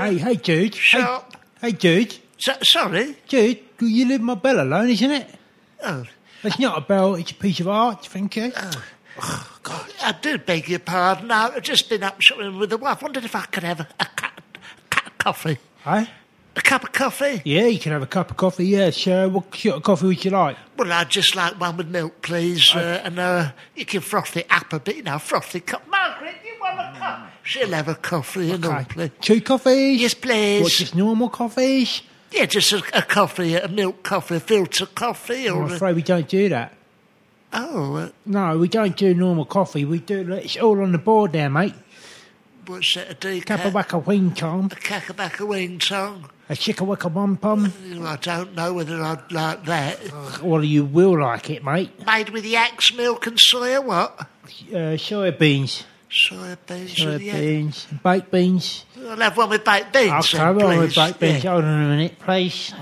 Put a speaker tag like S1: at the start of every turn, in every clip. S1: hey, Duke. Hey,
S2: Shut up.
S1: hey, Duke.
S2: So- sorry.
S1: Dude, you leave my bell alone, isn't it?
S2: Oh,
S1: It's not a bell, it's a piece of art, thank you.
S2: Ah. God. I do beg your pardon. I've just been up shopping with the wife. Wondered if I could have a, a cup, cup of coffee.
S1: Hey?
S2: A cup of coffee?
S1: Yeah, you can have a cup of coffee, yeah, sure. What sort of coffee would you like?
S2: Well, I'd just like one with milk, please. Uh, and uh, you can froth it up a bit, you know, froth the cup. Margaret, you want a
S1: Mm.
S2: cup? She'll have a coffee and all, please.
S1: Two coffees?
S2: Yes, please.
S1: What, just normal coffees?
S2: Yeah, just a, a coffee, a milk coffee, a filter coffee, or
S1: I'm
S2: a-
S1: afraid we don't do that.
S2: oh, uh,
S1: No, we don't do normal coffee. We do, it's all on the board there, mate.
S2: what's that? A decaf,
S1: Cup of whack a wing tom,
S2: a cacabaca wing song.
S1: a chicka wicka bum pum.
S2: Well, I don't know whether I'd like that.
S1: Well, you will like it, mate.
S2: Made with yak's milk and soya, what?
S1: Uh, soybeans,
S2: Soya beans. and yak.
S1: soybeans, baked beans.
S2: I'll have one with baked beans.
S1: I'll
S2: then,
S1: cover on with
S2: please.
S1: baked beans.
S2: Yeah.
S1: Hold on a minute, please.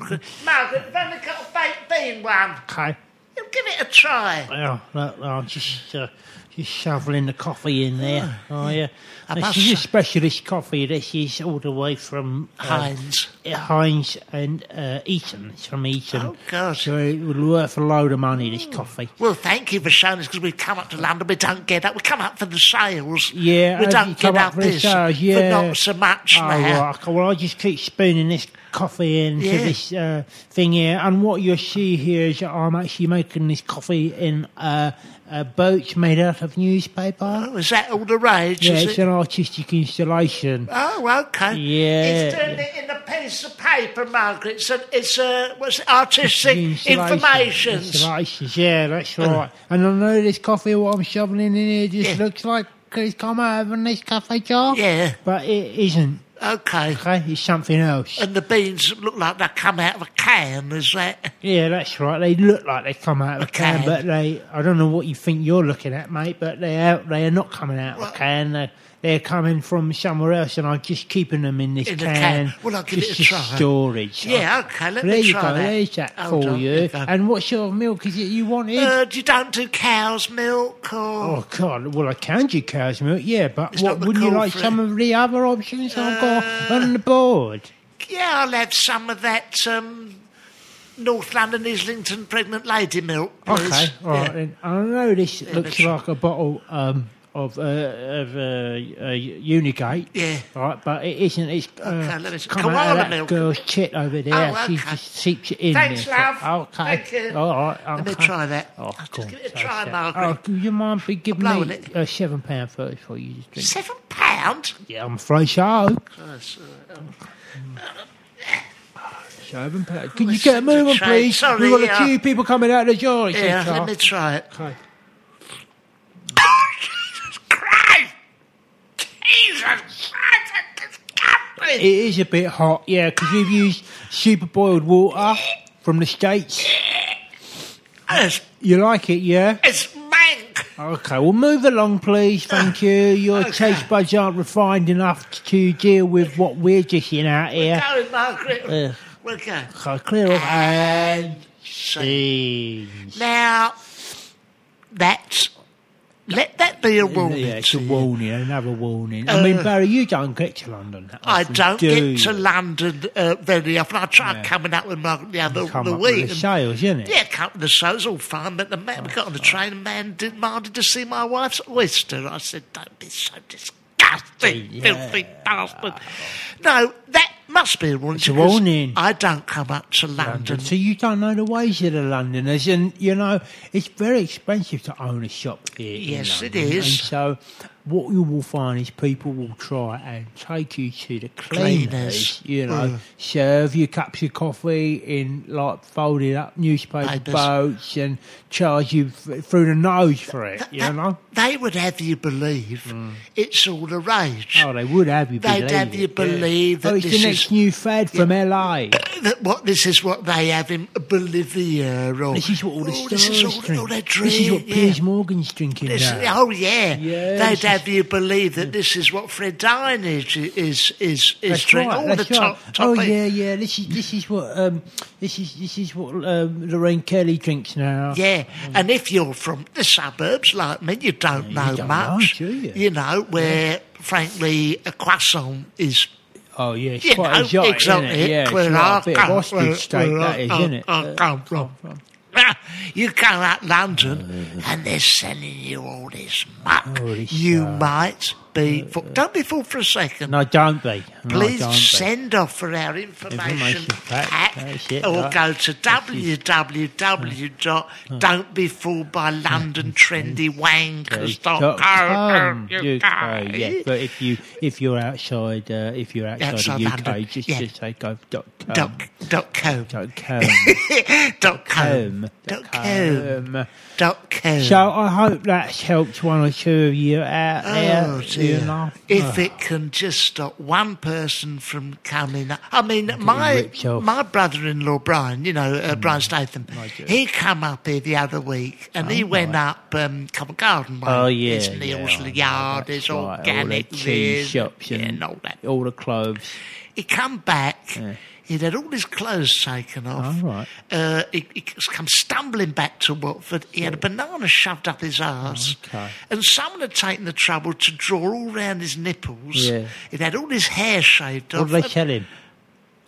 S2: Margaret, have only got a baked bean one.
S1: Okay.
S2: You give it a try.
S1: Oh, look, look, I'm just uh, just shoveling the coffee in there. Oh yeah,
S2: I
S1: this
S2: must
S1: is a
S2: say-
S1: specialist coffee. This is all the way from uh,
S2: Heinz.
S1: Heinz and uh, Eton. It's from Eton.
S2: Oh, God.
S1: So it was worth a load of money. This coffee.
S2: Well, thank you for showing us because we've come up to London. We don't get up. We come up for the sales.
S1: Yeah,
S2: we
S1: have you
S2: don't
S1: come
S2: get
S1: up
S2: up
S1: for the
S2: this
S1: sales?
S2: for
S1: Yeah.
S2: not so much
S1: Oh,
S2: now.
S1: right. okay, Well, I just keep spooning this coffee into
S2: Yeah.
S1: this uh, thing here, and what you'll see here is that I'm actually making this coffee in uh, a boat made out of newspaper.
S2: Oh, is that all the rage?
S1: Yeah,
S2: is
S1: it's
S2: it?
S1: an artistic installation.
S2: Oh, okay.
S1: Yeah.
S2: He's doing it in a piece of paper, Margaret. It's a, it's a what's it, artistic
S1: Insulation.
S2: information.
S1: Insulation, yeah, that's right. And I know this coffee, what I'm shoveling in here, just
S2: Yeah.
S1: looks like it's come out of this cafe jar.
S2: Yeah.
S1: But it isn't,
S2: Okay.
S1: okay? It's something else.
S2: And the beans look like they come out of a can, is that?
S1: yeah, that's right. They look like they come out of a
S2: A
S1: can,
S2: can.
S1: but they, I don't know what you think you're looking at, mate, but they are, they are not coming out
S2: Well-
S1: of a can. They're, they're coming from somewhere else, and I'm just keeping them in this
S2: In a
S1: can.
S2: can. Well, I'll give
S1: just
S2: it a
S1: for
S2: try.
S1: storage.
S2: Yeah, okay, let
S1: Oh, there
S2: me
S1: you
S2: try
S1: go.
S2: that.
S1: There's that
S2: Hold
S1: for
S2: on,
S1: you.
S2: okay.
S1: And what sort of milk is it you wanted?
S2: um, Uh, you don't do cow's milk or
S1: Oh God! Well, I can do cow's milk, yeah, but
S2: It's
S1: what,
S2: not the
S1: wouldn't you
S2: cold Uh,
S1: like
S2: fruit.
S1: some of the other options I've got on the board?
S2: yeah, I'll have some of that um, North London Islington pregnant lady milk. Please.
S1: Okay, all right.
S2: Yeah.
S1: Then. I know this looks
S2: let's-
S1: like a bottle um, of uh, of uh, uh, Unigate,
S2: Yeah.
S1: all right, but it isn't. It's uh,
S2: Okay, let me see.
S1: come out
S2: Koala
S1: of that
S2: milk.
S1: girl's tit over there.
S2: Oh,
S1: She
S2: okay.
S1: just seeps it in.
S2: Thanks,
S1: there.
S2: love.
S1: Okay,
S2: Thank you.
S1: all right.
S2: Let me
S1: okay.
S2: try that.
S1: Oh,
S2: Just
S1: cool.
S2: give it a
S1: So
S2: try,
S1: sad.
S2: Margaret.
S1: Oh, do you mind be giving
S2: blowing
S1: me
S2: it.
S1: uh, seven pound thirty for you to drink?
S2: Seven pound.
S1: Yeah, I'm afraid so.
S2: That's, uh,
S1: Seven pounds. Can you
S2: it's
S1: get
S2: such
S1: a move
S2: a
S1: on,
S2: shame.
S1: please?
S2: Sorry,
S1: We've got
S2: yeah.
S1: a few people coming out of the door. it's
S2: yeah,
S1: okay.
S2: let me try it.
S1: Okay.
S2: Jesus Christ! Jesus Christ! That's
S1: It
S2: disgusting!
S1: is a bit hot, yeah, because we've used super boiled water from the States.
S2: It's,
S1: You like it, yeah?
S2: it's mank!
S1: Okay, well, move along, please. Thank you. Your
S2: Okay.
S1: taste buds aren't refined enough to deal with what we're dishing out here.
S2: Sorry, Margaret.
S1: Yeah.
S2: We're going.
S1: So clear up and
S2: So,
S1: scenes.
S2: now, that's. Let that be a warning.
S1: Yeah, it's a
S2: to you.
S1: warning, another warning. I mean, Barry, you don't get to London. that
S2: I
S1: often,
S2: don't
S1: do
S2: get to
S1: you?
S2: London uh, very often. I tried
S1: Yeah.
S2: coming up with Margaret the other
S1: Come
S2: the
S1: up with
S2: week.
S1: the
S2: and-
S1: sales, isn't it?
S2: Yeah, come to the show's all fine, but the man we got
S1: Oh,
S2: on the train. The man demanded to see my wife's oyster. I said, "Don't be so disgusting,
S1: Yeah.
S2: filthy bastard." No, that must be a warning.
S1: a
S2: because
S1: warning.
S2: I don't come up to London.
S1: London. So you don't know the ways of the Londoners, and you know it's very expensive to own a shop here. in
S2: Yes, it
S1: London.
S2: is.
S1: And so what you will find is people will try and take you to the cleaners.
S2: Cleaners. Mm.
S1: You know, serve you cups of coffee in like folded up newspaper
S2: Papers.
S1: boats and charge you f- through the nose for it. You
S2: That-
S1: know.
S2: they would have you believe it's all the rage.
S1: Mm. Oh, they would have you
S2: They'd
S1: believe.
S2: have you
S1: it, yeah.
S2: believe that
S1: oh, it's
S2: this
S1: the next
S2: is-
S1: new fad from LA.
S2: That what this is what they have in Bolivia. Or,
S1: This is what all the
S2: oh,
S1: stars
S2: this is all,
S1: drink.
S2: all they drink.
S1: this is what
S2: yeah.
S1: Piers Morgan's drinking
S2: This-
S1: now.
S2: oh yeah,
S1: Yeah, this
S2: they'd
S1: is-
S2: have you believe that this is what Fred Dine is is is, is
S1: That's
S2: doing.
S1: right,
S2: All
S1: that's
S2: the top,
S1: right.
S2: top
S1: oh
S2: eight.
S1: yeah, yeah. This is this is what um, this is this is what um, Lorraine Kelly drinks now.
S2: Yeah,
S1: Mm.
S2: and if you're from the suburbs like me, you don't know
S1: don't know,
S2: much.
S1: do you?
S2: know where, frankly, a croissant is
S1: Oh yeah, it's
S2: You
S1: quite
S2: know,
S1: exotic,
S2: exactly.
S1: isn't it? Yeah, it's
S2: Where
S1: like
S2: I
S1: a bit
S2: come-
S1: of
S2: where-
S1: ostrich steak,
S2: where
S1: that
S2: I-
S1: is,
S2: I-
S1: isn't it? Uh,
S2: I come from. Ah, You come out London and they're selling you all this muck.
S1: Mm. Holy
S2: you
S1: shit.
S2: might be fooled. Don't be fooled for a second.
S1: No, don't be. No,
S2: Please
S1: don't be.
S2: send off for our information,
S1: Information pack,
S2: pack,
S1: that's it,
S2: or
S1: right.
S2: go to www.don'tbefooledbylondontrendywangers.com.
S1: Um, you- uh, yeah, but if you if you're outside uh, if you're outside
S2: Outside
S1: the UK,
S2: London,
S1: just
S2: yeah.
S1: just take over dot com.
S2: Dot, dot com. Oh.
S1: Dot
S2: Dot
S1: com.
S2: com.
S1: um, com.
S2: Dot com. Dot
S1: com.
S2: com.
S1: um, So I hope that's helped one or two of you out there.
S2: Oh
S1: You Oh. know,
S2: dear. If it can just stop one person from coming, up. I mean, my
S1: ripped off. Hmm.
S2: my brother-in-law Brian, you know uh, Brian Statham,
S1: dear.
S2: he come up here the other week and he went up um, Covent Garden. Way.
S1: Oh, yeah,
S2: it's
S1: yeah,
S2: Neil's
S1: I know,
S2: Yard,
S1: that's
S2: it's
S1: right, all the
S2: organic,
S1: cheese
S2: this,
S1: shops
S2: yeah,
S1: and-
S2: all that.
S1: all the clothes.
S2: He come back. He'd had all his clothes taken off.
S1: Oh, right.
S2: Uh, he, he come stumbling back to Watford. He had a banana shoved up his arse.
S1: Okay.
S2: And someone had taken the trouble to draw all round his nipples.
S1: Yeah.
S2: He'd had all his hair shaved
S1: What
S2: off.
S1: do they
S2: And
S1: tell him?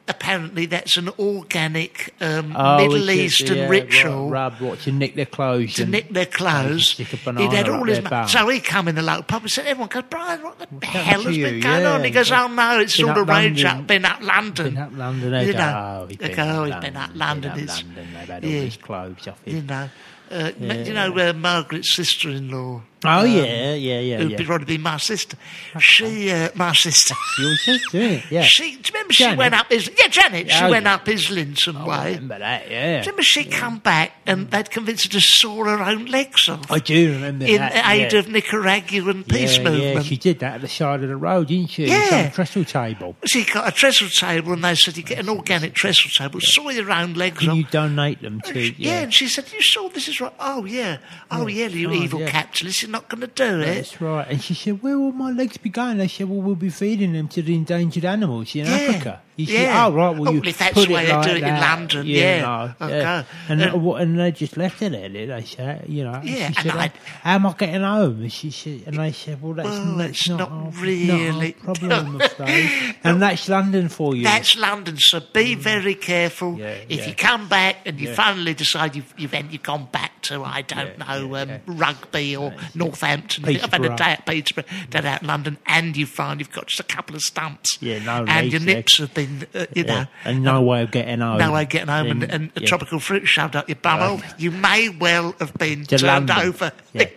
S2: Apparently, that's an organic um,
S1: Oh,
S2: Middle
S1: it's just-
S2: Eastern
S1: yeah,
S2: ritual.
S1: Right, rubbed what to nick their clothes.
S2: To
S1: and-
S2: nick their clothes,
S1: They can stick a
S2: he'd had
S1: banana
S2: all
S1: up
S2: his.
S1: their
S2: ma-
S1: bum.
S2: so he come in the local pub and said, "Everyone goes, Brian, what the hell
S1: happened
S2: has
S1: to
S2: been
S1: you?
S2: going on?" He
S1: Yeah,
S2: goes, "Oh no, it's
S1: been
S2: all the
S1: up
S2: rage up,
S1: London.
S2: been up London,
S1: Been up London, they
S2: you
S1: go,
S2: know,
S1: oh, he's
S2: They
S1: been,
S2: go,
S1: up
S2: "Oh, he's been up London,
S1: been
S2: it's-
S1: up London, they've had
S2: yeah.
S1: all his clothes off
S2: you
S1: him.
S2: know, uh, n- you know, uh, Margaret's sister-in-law,
S1: Oh, yeah, yeah, yeah,
S2: who'd be
S1: yeah.
S2: rather be my sister. She, uh, my sister.
S1: You were just doing it, yeah.
S2: She, do you remember she
S1: Janet?
S2: went up his yeah Janet. She
S1: Oh,
S2: went
S1: yeah.
S2: up his Linton
S1: I
S2: way. Do
S1: remember that, yeah.
S2: you remember she come back and they'd convinced her to saw her own legs off
S1: I do remember
S2: in
S1: that.
S2: aid
S1: Oh, yeah.
S2: of Nicaraguan peace
S1: yeah,
S2: movement.
S1: Yeah, she did that at the side of the road, didn't she?
S2: Yeah.
S1: Some trestle table.
S2: She got a trestle table and they said you get an organic trestle table, saw your own legs
S1: Can
S2: off.
S1: you donate them to?
S2: yeah. and she said, You saw this is right. Oh, yeah. Oh, yeah, you
S1: Oh,
S2: evil
S1: yeah.
S2: capitalist, you're not going to do it.
S1: That's right. And she said, Where will my legs be going? They said, Well, we'll be feeding them to the endangered animals in
S2: Yeah,
S1: Africa. You
S2: yeah.
S1: said, Oh, right. Well,
S2: Oh,
S1: you
S2: well, if that's
S1: put
S2: the way
S1: it
S2: they
S1: like
S2: do it in
S1: that,
S2: London,
S1: you
S2: yeah. Oh,
S1: know,
S2: Okay.
S1: And,
S2: And-
S1: wha- and they just left it there, did they said, You know, and
S2: Yeah,
S1: she
S2: and
S1: said,
S2: I-
S1: How am I getting home? And, she said, and they said, Well, that's,
S2: Well,
S1: that's
S2: it's
S1: not,
S2: not
S1: our,
S2: really-
S1: not our problem, I'm afraid. And that's London for you.
S2: That's London, so be very careful.
S1: Mm. Yeah,
S2: if
S1: yeah.
S2: you come back and you
S1: Yeah.
S2: finally decide you've, you've, en- you've gone back to, I don't
S1: Yeah,
S2: know,
S1: yeah,
S2: um,
S1: yeah.
S2: rugby or Northampton, I've had a
S1: Peterborough.
S2: day at Peterborough, down out in London, and you find you've got just a couple of stumps.
S1: Yeah, no
S2: And your
S1: legs
S2: nips have been, uh, you
S1: Yeah.
S2: know.
S1: And no way of getting home.
S2: No way getting home and,
S1: Then,
S2: and a
S1: yeah.
S2: tropical fruit shoved up your bumhole. You may well have been
S1: To
S2: turned
S1: London.
S2: over
S1: Yeah.
S2: in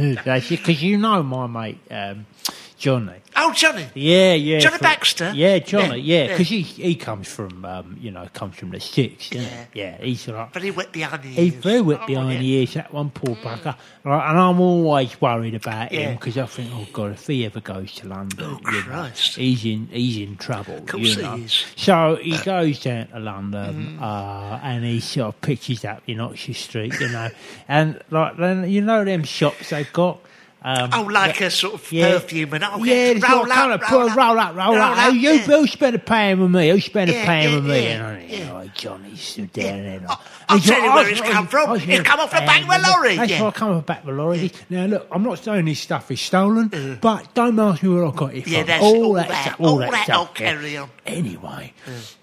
S2: London.
S1: Because you know my mate, um, Johnny.
S2: Oh, Johnny.
S1: Yeah, yeah.
S2: Johnny
S1: from-
S2: Baxter?
S1: Yeah, Johnny.
S2: Yeah,
S1: Yeah, because he he comes from um, you know comes from the sticks. Yeah, yeah. He's like
S2: But he went behind the ears.
S1: he's very whipped
S2: Oh,
S1: behind the
S2: yeah. Mm.
S1: ears. That one poor bugger. Right, and I'm always worried about him 'cause
S2: Yeah.
S1: him because I think, oh god, if he ever goes to London,
S2: Oh,
S1: you know,
S2: Christ.
S1: he's in he's in trouble.
S2: course
S1: you
S2: he
S1: know.
S2: is. Mm.
S1: So he goes down to London uh, and he sort of pitches up in Oxford Street, you know, and like then you know them shops they've got. Um,
S2: Oh, like a sort of
S1: yeah.
S2: perfume and oh,
S1: yeah,
S2: yeah,
S1: it's
S2: roll,
S1: all kind
S2: up,
S1: of
S2: roll,
S1: roll,
S2: up,
S1: roll up, roll up. Oh, you,
S2: yeah.
S1: who spent a pound with me? Who spent a
S2: Yeah,
S1: pound
S2: yeah,
S1: with me?
S2: yeah,
S1: and I,
S2: yeah.
S1: oh, Johnny stood down there. and I-
S2: I'll
S1: he's
S2: tell
S1: like,
S2: you where
S1: "Oh,
S2: it's
S1: oh,
S2: come from.
S1: oh,
S2: It's
S1: yeah,
S2: come off the back of a
S1: pound with me."
S2: lorry,
S1: That's
S2: yeah.
S1: why I come off the back of a lorry. Now, look, I'm not saying this stuff is stolen, but don't ask me where I got it
S2: Uh. Yeah,
S1: from.
S2: that's all
S1: all that,
S2: that-
S1: stuff-
S2: all
S1: all that,
S2: that
S1: stuff,
S2: I'll
S1: yeah.
S2: carry on.
S1: Anyway,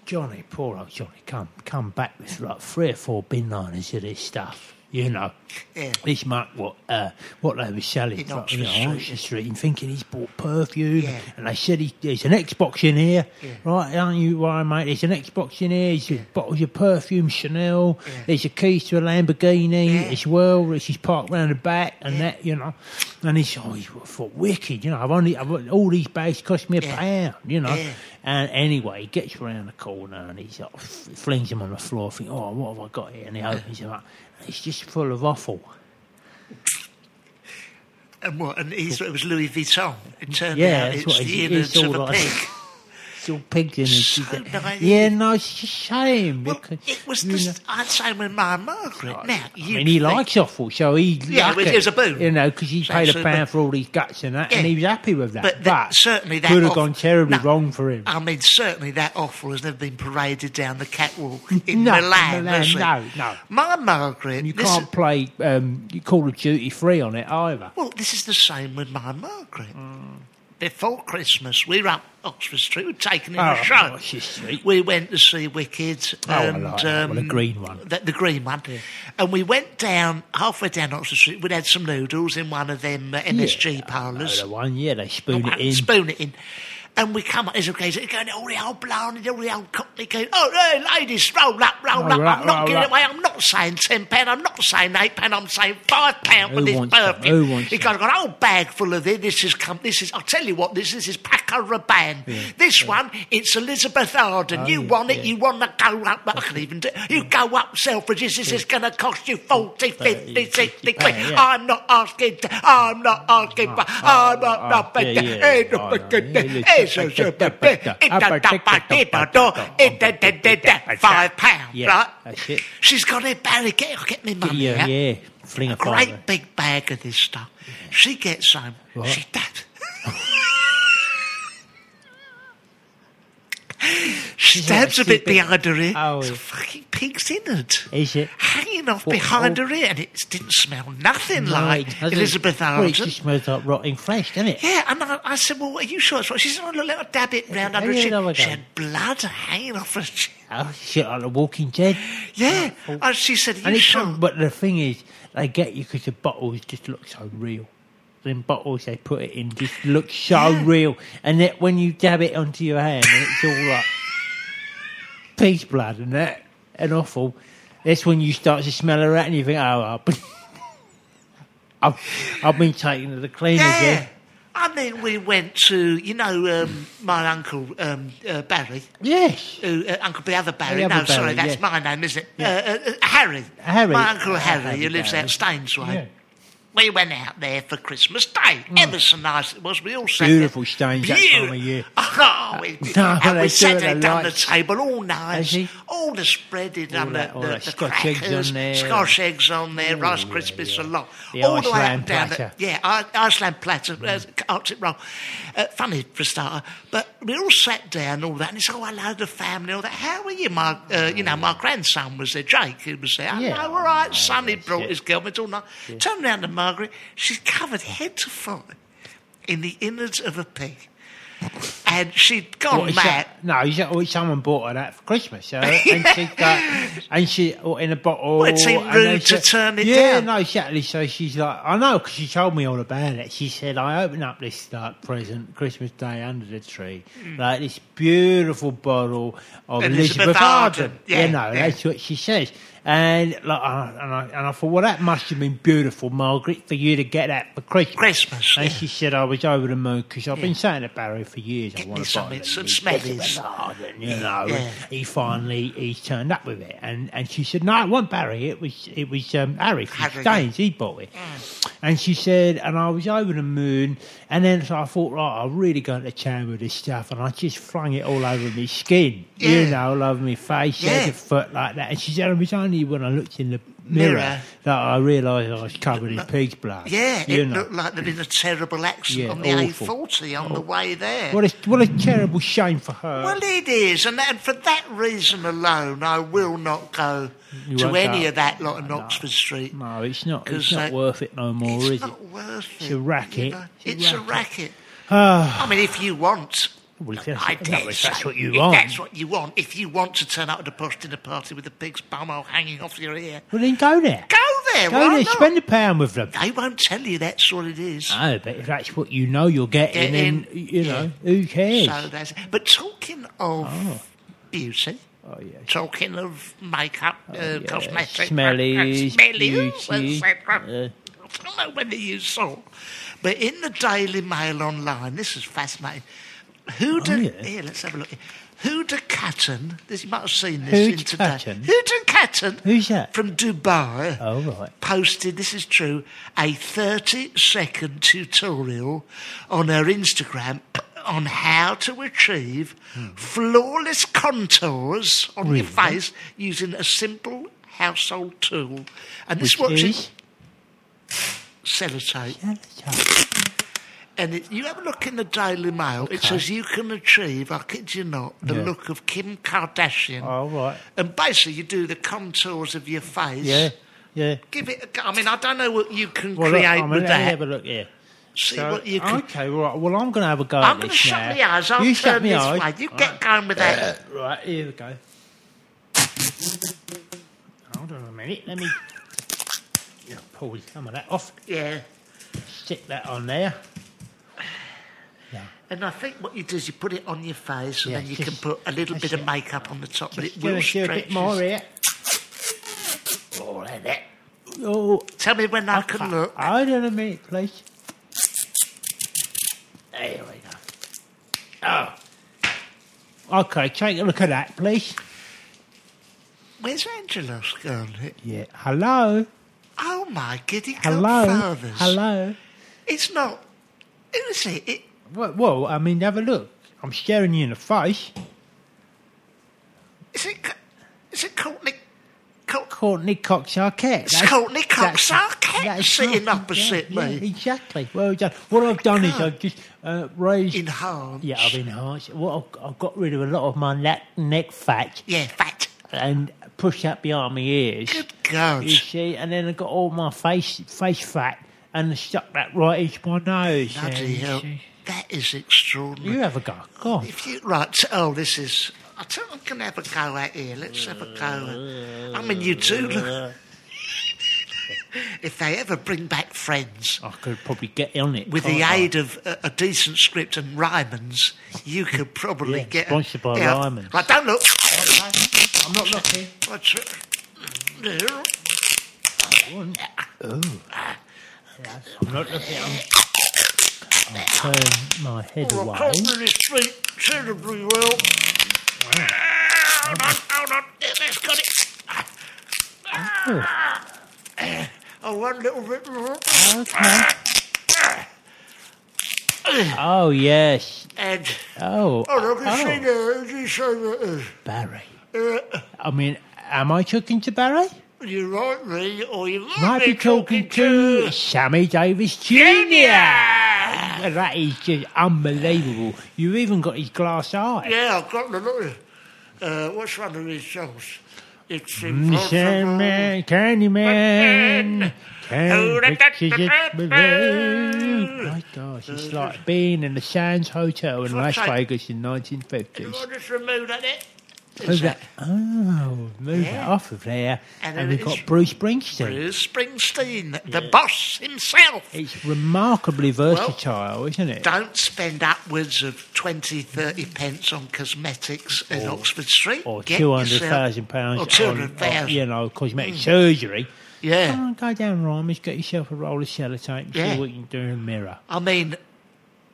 S1: Johnny, poor old Johnny, come come back with like three or four bin liners of this stuff. You know,
S2: Yeah.
S1: this mark what uh, what they were selling
S2: In
S1: from,
S2: Oxford
S1: you know,
S2: Street,
S1: Oxford Street, and thinking he's bought perfume,
S2: Yeah.
S1: and they said he, there's an Xbox in here, right? Aren't you worried, mate? There's an Xbox in here. There's bottles of perfume, Chanel. There's the keys to a Lamborghini
S2: Yeah.
S1: as well, which is parked round the back, and that, you know. And he's oh, he's thought wicked, you know. I've only I've, all these bags cost me a
S2: Yeah.
S1: pound, you know.
S2: Yeah.
S1: And anyway, he gets round the corner and he sort of flings him on the floor, thinking, oh, what have I got here? And he opens him up, and it's just full of offal.
S2: And what? And he thought it was Louis Vuitton. It turned
S1: Yeah,
S2: out
S1: that's
S2: it's
S1: what
S2: the
S1: it-
S2: innards
S1: it's
S2: of
S1: all
S2: a
S1: like-
S2: pig.
S1: It's all pigs in it.
S2: So
S1: She said,
S2: naive.
S1: yeah, no, it's just a shame.
S2: well,
S1: because,
S2: it was
S1: you
S2: the
S1: know,
S2: s- I'd say with my Margaret. Now,
S1: I
S2: you
S1: mean, he
S2: think-
S1: likes offal, so he
S2: Yeah,
S1: liked
S2: well, it was a boon.
S1: you know, because he
S2: So
S1: paid
S2: it's a
S1: a
S2: boon.
S1: pound for all his guts and that,
S2: Yeah.
S1: and he was happy with that.
S2: But
S1: But,
S2: th- certainly that
S1: could have
S2: off-
S1: gone terribly
S2: No. Uh,
S1: wrong for him.
S2: I mean, certainly that offal has never been paraded down the catwalk in
S1: No,
S2: Milan.
S1: Milan,
S2: has it?
S1: no, no.
S2: My Margaret.
S1: you
S2: this-
S1: can't play um, Call of Duty free on it either. Mm.
S2: Well, this is the same with my Margaret. Before Christmas, we were up Oxford Street. We'd taken in
S1: Oh,
S2: a show.
S1: Oxford Street.
S2: We went to see Wicked.
S1: Oh, I
S2: and, um,
S1: like that one, the green one.
S2: The, the green one. And we went down, halfway down Oxford Street, we'd had some noodles in one of them uh, MSG parlours.
S1: Another one, yeah, they spoon it in.
S2: Spoon it in. And we come up, there's a case going, all the old blown and all the old cockney going, oh, hey, ladies, roll up, roll up.
S1: Roll up,
S2: I'm not
S1: roll
S2: giving
S1: up.
S2: it away. I'm not saying £10, I'm not saying £8, I'm saying £5 for
S1: Who
S2: this
S1: wants that?
S2: perfume.
S1: Who wants
S2: He
S1: that?
S2: goes, I've got an old bag full of this. This is, come, this is, I'll tell you what this is, this is Paco Rabanne. This one, it's Elizabeth Arden. you
S1: yeah,
S2: want it,
S1: Oh, yeah.
S2: you want to go up, I can even do You go up Selfridges, this is going to cost you 40, 50, 60 quid.
S1: Yeah, Ah, yeah.
S2: I'm not asking, I'm not asking, but I'm not, not, but,
S1: Yeah, yeah. Oh, no.
S2: Eh, so, so, but, but, it da- da- ba- dee- da- do- it da- da- da- da- Five pounds,
S1: Yeah,
S2: right?
S1: that's it.
S2: She's got her Barry. Get, get me money.
S1: Yeah,
S2: out.
S1: yeah. Fling a
S2: Great
S1: fiver.
S2: big bag of this stuff. She gets home.
S1: Right.
S2: She does. she
S1: had a
S2: stabs a bit
S1: few bit-
S2: behind her ear.
S1: Oh,
S2: It's
S1: yeah.
S2: fucking pig's in it.
S1: Is it?
S2: Hanging off
S1: What-
S2: behind
S1: oh.
S2: her ear, and it didn't smell nothing
S1: No, it
S2: like
S1: doesn't.
S2: Elizabeth
S1: Well, it
S2: Arden.
S1: just smells like rotting flesh, doesn't it?
S2: Yeah, and I, I said, well, are you sure it's right? She said, oh, look, let her dab it round under her
S1: Yeah, no, I
S2: chin. She
S1: don't.
S2: had blood hanging off her chin.
S1: Oh, shit, like the Walking Dead.
S2: Yeah. And she said, are
S1: Oh, And
S2: you
S1: it
S2: sure?
S1: comes, but the thing is, they get you because the bottles just look so real. Them bottles they put it in just look so
S2: Yeah.
S1: real, and that when you dab it onto your hand, and it's all like pig's blood and that and awful. That's when you start to smell her out, and you think, "Oh, I've been, I've, I've been taken to the cleaners."
S2: yeah.
S1: here.
S2: And then we went to, you know, um, my uncle, um, uh, Barry,
S1: Yes.
S2: who, uh, Uncle the other Barry.
S1: The other
S2: no, sorry,
S1: Barry,
S2: that's
S1: yeah.
S2: my name, isn't it? Uh, uh, uh, Harry.
S1: Harry.
S2: My Uncle
S1: Uh,
S2: Harry,
S1: Harry
S2: who lives
S1: Barry.
S2: out Stainsway.
S1: Yeah. Mm.
S2: We went out there for Christmas Day. Ever so nice it was. We all sat
S1: Beautiful
S2: there.
S1: Staines that
S2: Beau-
S1: time of year.
S2: Oh, we,
S1: No,
S2: and
S1: they
S2: we sat
S1: do it
S2: there
S1: at
S2: down the
S1: lunch.
S2: table all nice.
S1: Has he?
S2: All the spread it
S1: All
S2: on the,
S1: that- all
S2: the,
S1: that
S2: the
S1: Scotch eggs on
S2: crackers,
S1: there.
S2: Scotch eggs on there, Rice Krispies
S1: yeah.
S2: a lot.
S1: The
S2: all the way
S1: Iceland
S2: up down
S1: platter.
S2: the yeah, I- Iceland platter, uh,
S1: Mm.
S2: Arctic roll. Uh, funny for a starter, but we all sat down, all that, and it's oh hello the family, all that. How are you, my uh, you know my grandson was there, Jake, who was there. Hello,
S1: Yeah. Oh,
S2: all right, son, he brought
S1: shit.
S2: his girlfriend all night. Turn round to Margaret, she's covered head to foot in the innards of a pig. And she'd gone
S1: What, is
S2: mad.
S1: that- no, is that, well, someone bought her that for Christmas, uh, and she got, and she or in a bottle.
S2: Well, it seemed
S1: and then
S2: rude to turn it
S1: yeah,
S2: down.
S1: no, exactly. So she's like, I know, because she told me all about it. She said, I opened up this like present Christmas Day under the tree, like this beautiful bottle of
S2: Mm. Elizabeth
S1: Elizabeth, Arden.
S2: Arden. Yeah,
S1: you know,
S2: yeah.
S1: that's what she says. And like, I, and I and I thought, well, that must have been beautiful, Margaret, for you to get that for Christmas.
S2: Christmas,
S1: And
S2: yeah.
S1: she said, I was over the moon because I've been saying to Barry for years, I
S2: Get
S1: want
S2: me
S1: to
S2: some,
S1: buy
S2: it's some
S1: these
S2: smellies.
S1: garden, you know.
S2: Yeah.
S1: and He finally he turned up with it, and, and she said, "No, it wasn't Barry. It was it was um, Harry from
S2: Harry,
S1: Staines. He bought it." And she said, and I was over the moon. And then so I thought, right, I'm really going to town with this stuff, and I just flung it all over my skin,
S2: Yeah.
S1: you know, all over my face,
S2: Yeah.
S1: head, and foot, like that. And she said, it was only when I looked in the mirror,
S2: Mirror.
S1: that I realised I was covered in pig's blood.
S2: Yeah,
S1: you
S2: it
S1: know.
S2: looked like there'd been a terrible accident
S1: Yeah,
S2: on the
S1: awful.
S2: A40 on the way there.
S1: What a what a terrible shame for her.
S2: Well, it is, and, and for that reason alone, I will not go
S1: You
S2: to
S1: won't
S2: any
S1: go?
S2: of that lot in Oxford Street.
S1: no, it's not.
S2: 'Cause
S1: It's not
S2: they-
S1: worth it no more,
S2: it's
S1: is it?
S2: not worth it.
S1: a racket.
S2: you know. It's, a racket.
S1: Ah.
S2: I mean, if you want.
S1: Well, if that's-
S2: I
S1: no,
S2: dare
S1: if that's
S2: say,
S1: what you
S2: if
S1: want.
S2: That's what you want. If you want to turn out at a post dinner party with a pig's bum hole hanging off your ear,
S1: Well, then go there.
S2: go there.
S1: Go
S2: why
S1: there.
S2: not?
S1: Spend Ah, a pound with them.
S2: They won't tell you that's what it is.
S1: No, but if that's what you know you're getting,
S2: Get in.
S1: then you know
S2: Yeah.
S1: who cares?
S2: So that's. But talking of beauty,
S1: oh yes.
S2: talking of makeup, uh,
S1: Oh, yeah,
S2: cosmetic,
S1: smellies,
S2: smellies,
S1: beauty,
S2: etc.
S1: uh,
S2: I don't know whether you saw, but in the Daily Mail online, this is fascinating. Huda,
S1: Oh, yeah.
S2: here, let's have a look. Huda Catton, this, you might have seen this
S1: Huda
S2: in today.
S1: Catton?
S2: Huda Catton,
S1: Who's that?
S2: from Dubai,
S1: Oh right.
S2: posted, this is true, a 30 second tutorial on her Instagram on how to achieve flawless contours on your face using a simple household tool. And this
S1: Which
S2: watch
S1: is-
S2: is sellotape. And it, you have a look in the Daily Mail, it says you can achieve, I kid you not, the
S1: Yeah.
S2: look of Kim Kardashian.
S1: Oh right.
S2: And basically, you do the contours of your face
S1: Yeah. Yeah.
S2: give it a go. I mean, I don't know what you can
S1: Well, look,
S2: create
S1: I mean,
S2: with
S1: let me
S2: that.
S1: have a look here.
S2: See
S1: So,
S2: what you can.
S1: okay, right. Well, I'm going to have a go
S2: I'm
S1: at
S2: going to
S1: this
S2: shut
S1: now.
S2: my eyes. I'll
S1: you shut
S2: turn
S1: my
S2: this
S1: eyes.
S2: way. You get going with that.
S1: Right, here we go. Hold on a minute. Let me Yeah, pull some of that off.
S2: Yeah.
S1: Stick that on there. Yeah.
S2: And I think what you do is you put it on your face, and
S1: Yeah,
S2: then you can
S1: just-
S2: put a little
S1: that's
S2: bit of
S1: it.
S2: makeup on the top, but
S1: Just
S2: it
S1: do,
S2: will
S1: a- do a bit
S2: stretch.
S1: more here.
S2: Oh, like that.
S1: Oh,
S2: Tell me when I can look.
S1: Hold on a minute, please.
S2: There we go.
S1: Oh. Okay, take a look at that, please.
S2: Where's Angelos gone?
S1: Yeah. Hello.
S2: Oh my giddy
S1: Hello.
S2: godfathers!
S1: Hello.
S2: It's not. Who is it? it
S1: Well, well, I mean, have a look. I'm staring you in the face.
S2: is it? Co- Is it Courtney? Col-
S1: Courtney Cox Arquette.
S2: It's
S1: That's-
S2: Courtney Cox
S1: that's-
S2: Arquette
S1: that's
S2: sitting
S1: right,
S2: opposite
S1: yeah,
S2: me.
S1: Yeah, exactly. Well done. What I've done is
S2: God.
S1: I've just uh, raised.
S2: in harm.
S1: yeah, I've enhanced. Well, I've, I've got rid of a lot of my neck, neck fat
S2: Yeah, fat.
S1: and pushed up behind my ears.
S2: Good God.
S1: You see, and then I got all my face face fat and stuck that right into my nose. yeah,
S2: Bloody
S1: you
S2: hell.
S1: see.
S2: That is extraordinary.
S1: You have a go. Go on.
S2: If you right, so- oh, this is. I think I'm going to have a go at here. Let's have a go. I mean, you do look. if they ever bring back friends
S1: I could probably get on it
S2: with the
S1: Oh, can't I?
S2: aid of a, a decent script and Ryman's, you could probably
S1: Yeah,
S2: get.
S1: sponsored by
S2: yeah.
S1: Ryman's.
S2: Right, don't look.
S1: I'm not looking.
S2: What's it? No.
S1: Oh. I'm not looking. I'm... I'll turn my head
S2: Well, I
S1: away.
S2: can't really speak terribly well. Ah, Hold on, hold on. Yeah, That's got it. Ah. Oh, one little bit more.
S1: Okay. Oh yes.
S2: And,
S1: Oh.
S2: oh, look, you see there,
S1: oh,
S2: you see uh, there.
S1: Barry. I mean, am I talking to Barry?
S2: You like me, or you might,
S1: Might be talking to Sammy Davis Jr.
S2: Yeah!
S1: Well, That is just unbelievable. You've even got his glass eye.
S2: Yeah, I've got the little. Uh, what's one of these songs? It's
S1: Mm,
S2: impossible.
S1: Sandman,
S2: Oh,
S1: Candyman, can
S2: da, da,
S1: pictures
S2: da, da,
S1: it below. My gosh, it's like being in the Sands Hotel in
S2: It's like
S1: Las
S2: I-
S1: Vegas in
S2: You
S1: 1950s.
S2: want us to remove that? eh?
S1: Who's that? Oh, move that
S2: Yeah.
S1: off of there.
S2: And
S1: And,
S2: there
S1: we've
S2: it
S1: got
S2: is.
S1: Bruce Springsteen.
S2: Bruce Springsteen, the boss himself.
S1: It's remarkably versatile, isn't it?
S2: Don't spend upwards of 20, 30 pence on cosmetics in Oxford Street.
S1: Or
S2: Get
S1: two hundred
S2: yourself-
S1: thousand pounds
S2: Or
S1: on,
S2: 200,000.
S1: on, you know, cosmetic
S2: Hmm.
S1: surgery. Come
S2: Yeah.
S1: on, go down Ryman's, get yourself a roll of sellotape and
S2: Yeah.
S1: see what you can do in the mirror.
S2: I mean,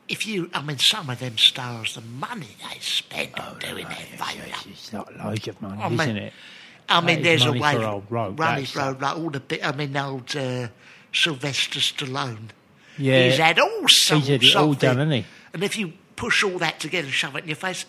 S2: if you, I mean, some of them stars, the money they spend
S1: Oh,
S2: on doing their favour.
S1: It's not loads of money,
S2: I mean-
S1: isn't it?
S2: I mean,
S1: is
S2: there's a
S1: money
S2: way.
S1: for old road,
S2: Runny
S1: that's
S2: road, like all the bit, I mean, old uh, Sylvester Stallone.
S1: Yeah.
S2: He's had all sorts
S1: He's had it all
S2: of it.
S1: done, hasn't he?
S2: And if you push all that together and shove it in your face,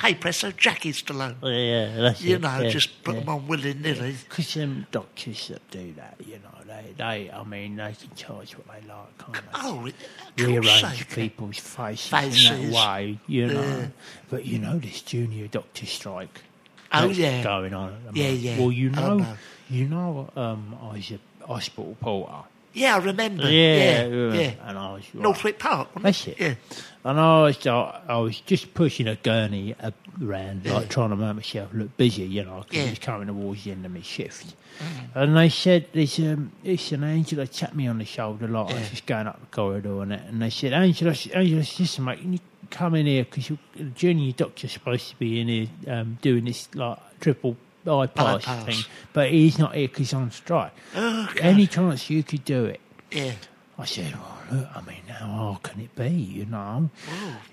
S2: hey, presso, Jackie Stallone.
S1: Yeah, that's
S2: You
S1: it.
S2: know,
S1: yeah,
S2: just put them on willy nilly.
S1: Because them doctors that do that, you know, they, they, I mean, they can charge what they like, can't they?
S2: Oh, it- of course they
S1: rearrange
S2: can.
S1: people's faces, in
S2: Faces.
S1: that way, you know.
S2: Yeah.
S1: But you know this junior doctor strike.
S2: Oh,
S1: that's
S2: yeah.
S1: going on. At the
S2: Yeah,
S1: moment.
S2: yeah.
S1: Well, you
S2: I
S1: know,
S2: know.
S1: you know, um, Isaac Hospital Porter.
S2: Yeah, I remember.
S1: Yeah,
S2: Yeah, yeah.
S1: And I was right.
S2: Northwick Park. wasn't
S1: That's it.
S2: Yeah.
S1: And I was, I, I was just pushing a gurney around, like trying to make myself look busy, you know, 'cause
S2: Yeah. Mm.
S1: it was coming towards the end of my shift. And they said, there's, um, it's an Angela tapped me on the shoulder like I was just going up the corridor and that. And they said, Angela, Angela, listen, mate, can you come in here? Because the junior doctor's supposed to be in here um, doing this, like, triple bypass
S2: Bypass. Oh,
S1: thing. But he's not here because he's on strike. Any chance you could do it?
S2: Yeah.
S1: I said, well, look, I mean, how hard can it be, you know?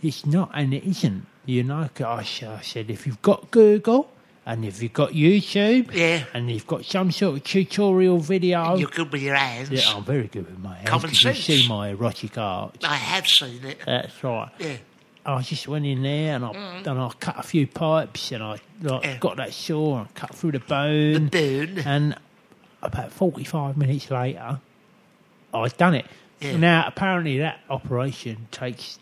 S1: It's not, and it isn't, you know? 'Cause I, s- I said, if you've got Google, and if you've got YouTube,
S2: Yeah.
S1: and you've got some sort of tutorial video,
S2: You're good with your hands.
S1: Oh. yeah, oh. I'm very good with my hands.
S2: Common
S1: 'cause
S2: sense.
S1: You see my erotic art.
S2: I have seen it.
S1: That's right.
S2: Yeah. Mm.
S1: I just went in there and I and I cut a few pipes and I like,
S2: Yeah.
S1: got that saw and cut through the bone.
S2: The bone.
S1: And about 45 minutes later, I'd done it.
S2: Yeah.
S1: Now, apparently, that operation takes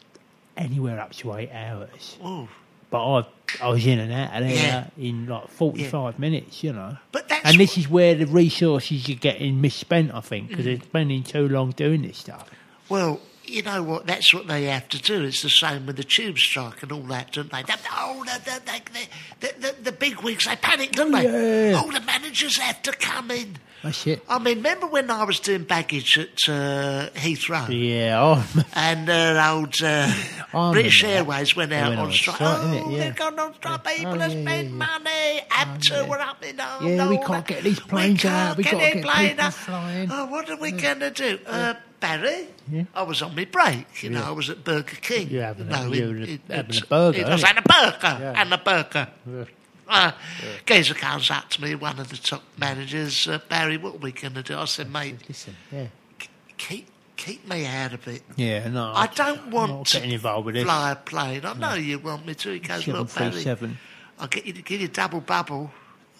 S1: anywhere up to eight hours.
S2: Whoa.
S1: But I I was in and out of there in like 45 minutes, you know.
S2: But that's
S1: and this is where the
S2: Mm.
S1: resources are getting misspent, I think, because they're spending too long doing this stuff.
S2: Well, you know what? That's what they have to do. It's the same with the tube strike and all that, don't they? They- oh, they, they, they, the, the, the big wigs, they panic, don't they?
S1: Yeah.
S2: All the managers have to come in.
S1: That's it.
S2: I mean, remember when I was doing baggage at uh, Heathrow?
S1: Yeah, oh,
S2: and uh, old uh,
S1: I
S2: British
S1: remember that.
S2: Airways went
S1: They
S2: out
S1: went
S2: on
S1: on
S2: strike.
S1: strike,
S2: oh,
S1: didn't it?
S2: they're
S1: Yeah.
S2: going on strike.
S1: Yeah.
S2: People
S1: Oh,
S2: have
S1: yeah,
S2: spent
S1: yeah,
S2: money. ABTA
S1: yeah.
S2: were up in arms.
S1: Yeah, we
S2: all
S1: can't
S2: that.
S1: get these planes
S2: Oh, we can't
S1: out. We
S2: get
S1: can't
S2: any
S1: get
S2: plane
S1: people
S2: out.
S1: flying.
S2: Oh, what are we going to do? Uh, Barry?
S1: Yeah.
S2: I was on my break. You know, I was at Burger King.
S1: You having a-
S2: no,
S1: you
S2: in-
S1: were
S2: in-
S1: having a
S2: in-
S1: burger,
S2: I was
S1: innit?
S2: having a burger.
S1: Yeah.
S2: And a burger. Uh, Gazer comes up to me, one of the top managers, uh, Barry, what are we going to do? I said, mate,
S1: listen, yeah.
S2: keep, keep me out of it.
S1: Yeah, no.
S2: I don't want
S1: not
S2: to
S1: getting involved with this.
S2: fly a plane. I know you want me to. He goes, look, Barry,
S1: 737.
S2: I'll get you to give you a double bubble.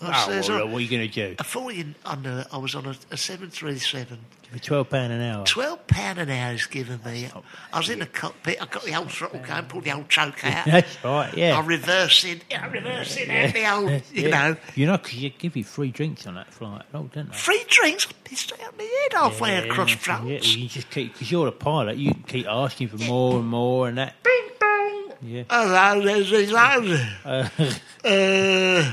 S2: I
S1: Oh,
S2: says,
S1: well,
S2: "Oh."
S1: what are you going to do?
S2: I thought you, I, knew it. I was on a, a 737.
S1: For £12 an hour.
S2: £12 pound an hour is given me. I was in the cockpit. I got the old throttle going, pulled the old choke out.
S1: That's right, yeah.
S2: I'm reversing, I'm reversing out the old, you
S1: Yeah.
S2: know.
S1: You know, 'cause they give you free drinks on that flight, oh, don't they?
S2: Free drinks, I pissed out my head halfway
S1: Yeah,
S2: across
S1: yeah,
S2: France.
S1: well, you just keep because you're a pilot. You can keep asking for more and more and that.
S2: Bing bong.
S1: Yeah.
S2: Hello, this is London. Uh,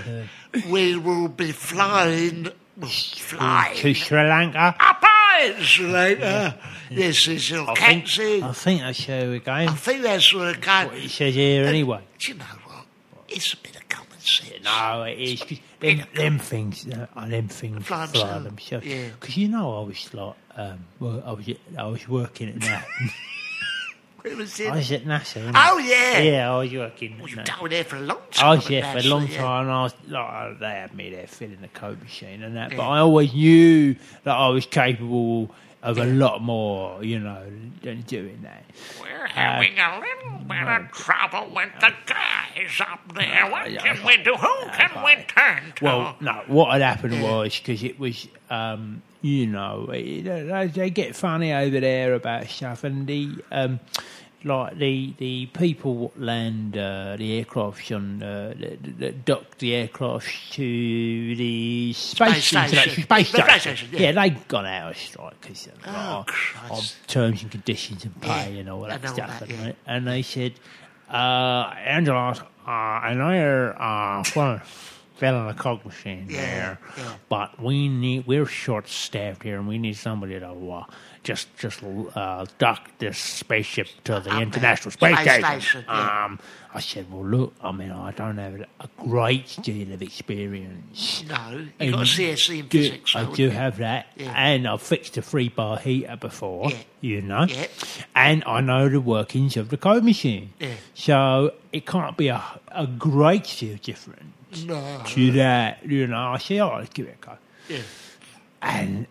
S2: we will be flying,
S1: To
S2: flying
S1: Sri Lanka.
S2: up Ice later. This is your
S1: I think,
S2: taxi.
S1: I think that's where we're going.
S2: I think that's what it
S1: What
S2: kind.
S1: it says here anyway.
S2: Do you know what? It's a bit of common sense.
S1: No, it is. 'cause them, them things, uh, uh, them things
S2: Fly
S1: fly
S2: themselves,
S1: themselves.
S2: yeah.
S1: Because you know, I was like, um, well, I was, I was working at that.
S2: Where was
S1: I
S2: it?
S1: was at NASA. innit?
S2: Oh yeah.
S1: yeah, I was working.
S2: Well,
S1: at
S2: you were
S1: NASA.
S2: down there for a long time.
S1: I was there
S2: at
S1: Oh, for a
S2: Nashville,
S1: long
S2: yeah.
S1: time. I was like, they had me there filling the coat machine and that, but
S2: Yeah.
S1: I always knew that I was capable of a lot more, you know, than doing that.
S3: We're having a little bit of trouble with the guys up there. What
S1: Uh, Yeah,
S3: can we do? Who can we turn to?
S1: Well, no, what had happened was because it was, um, you know, it, they, they get funny over there about stuff, and the um, like the the people what land uh, the aircrafts on uh, that, that dock the aircrafts to the space,
S2: Space station.
S1: international space
S2: The
S1: station.
S2: space station, yeah.
S1: they've gone out of strike because
S2: Oh,
S1: on
S2: Christ.
S1: terms and conditions and pay
S2: Yeah,
S1: and all
S2: I
S1: that
S2: know
S1: stuff,
S2: that,
S1: and
S2: yeah.
S1: and they said, uh, Angelos, uh, I know you're uh, fell, fell on a coke machine
S2: Yeah,
S1: there,
S2: yeah.
S1: but we need we're short staffed here, and we need somebody to uh, just just uh, dock this spaceship to the
S2: Up there.
S1: International Space
S2: Space
S1: Station.
S2: Station, yeah.
S1: um, I said, well, look, I mean, I don't have a great deal of experience.
S2: No, you got a
S1: in-
S2: CSE in
S1: do-
S2: physics.
S1: I
S2: though.
S1: do have that,
S2: Yeah.
S1: and I've fixed a three bar heater before,
S2: Yeah.
S1: you know,
S2: Yeah.
S1: and I know the workings of the code machine.
S2: Yeah.
S1: So it can't be a, a great deal different
S2: No.
S1: to that, you know. I say, oh, let's give it a go.
S2: Yeah.
S1: And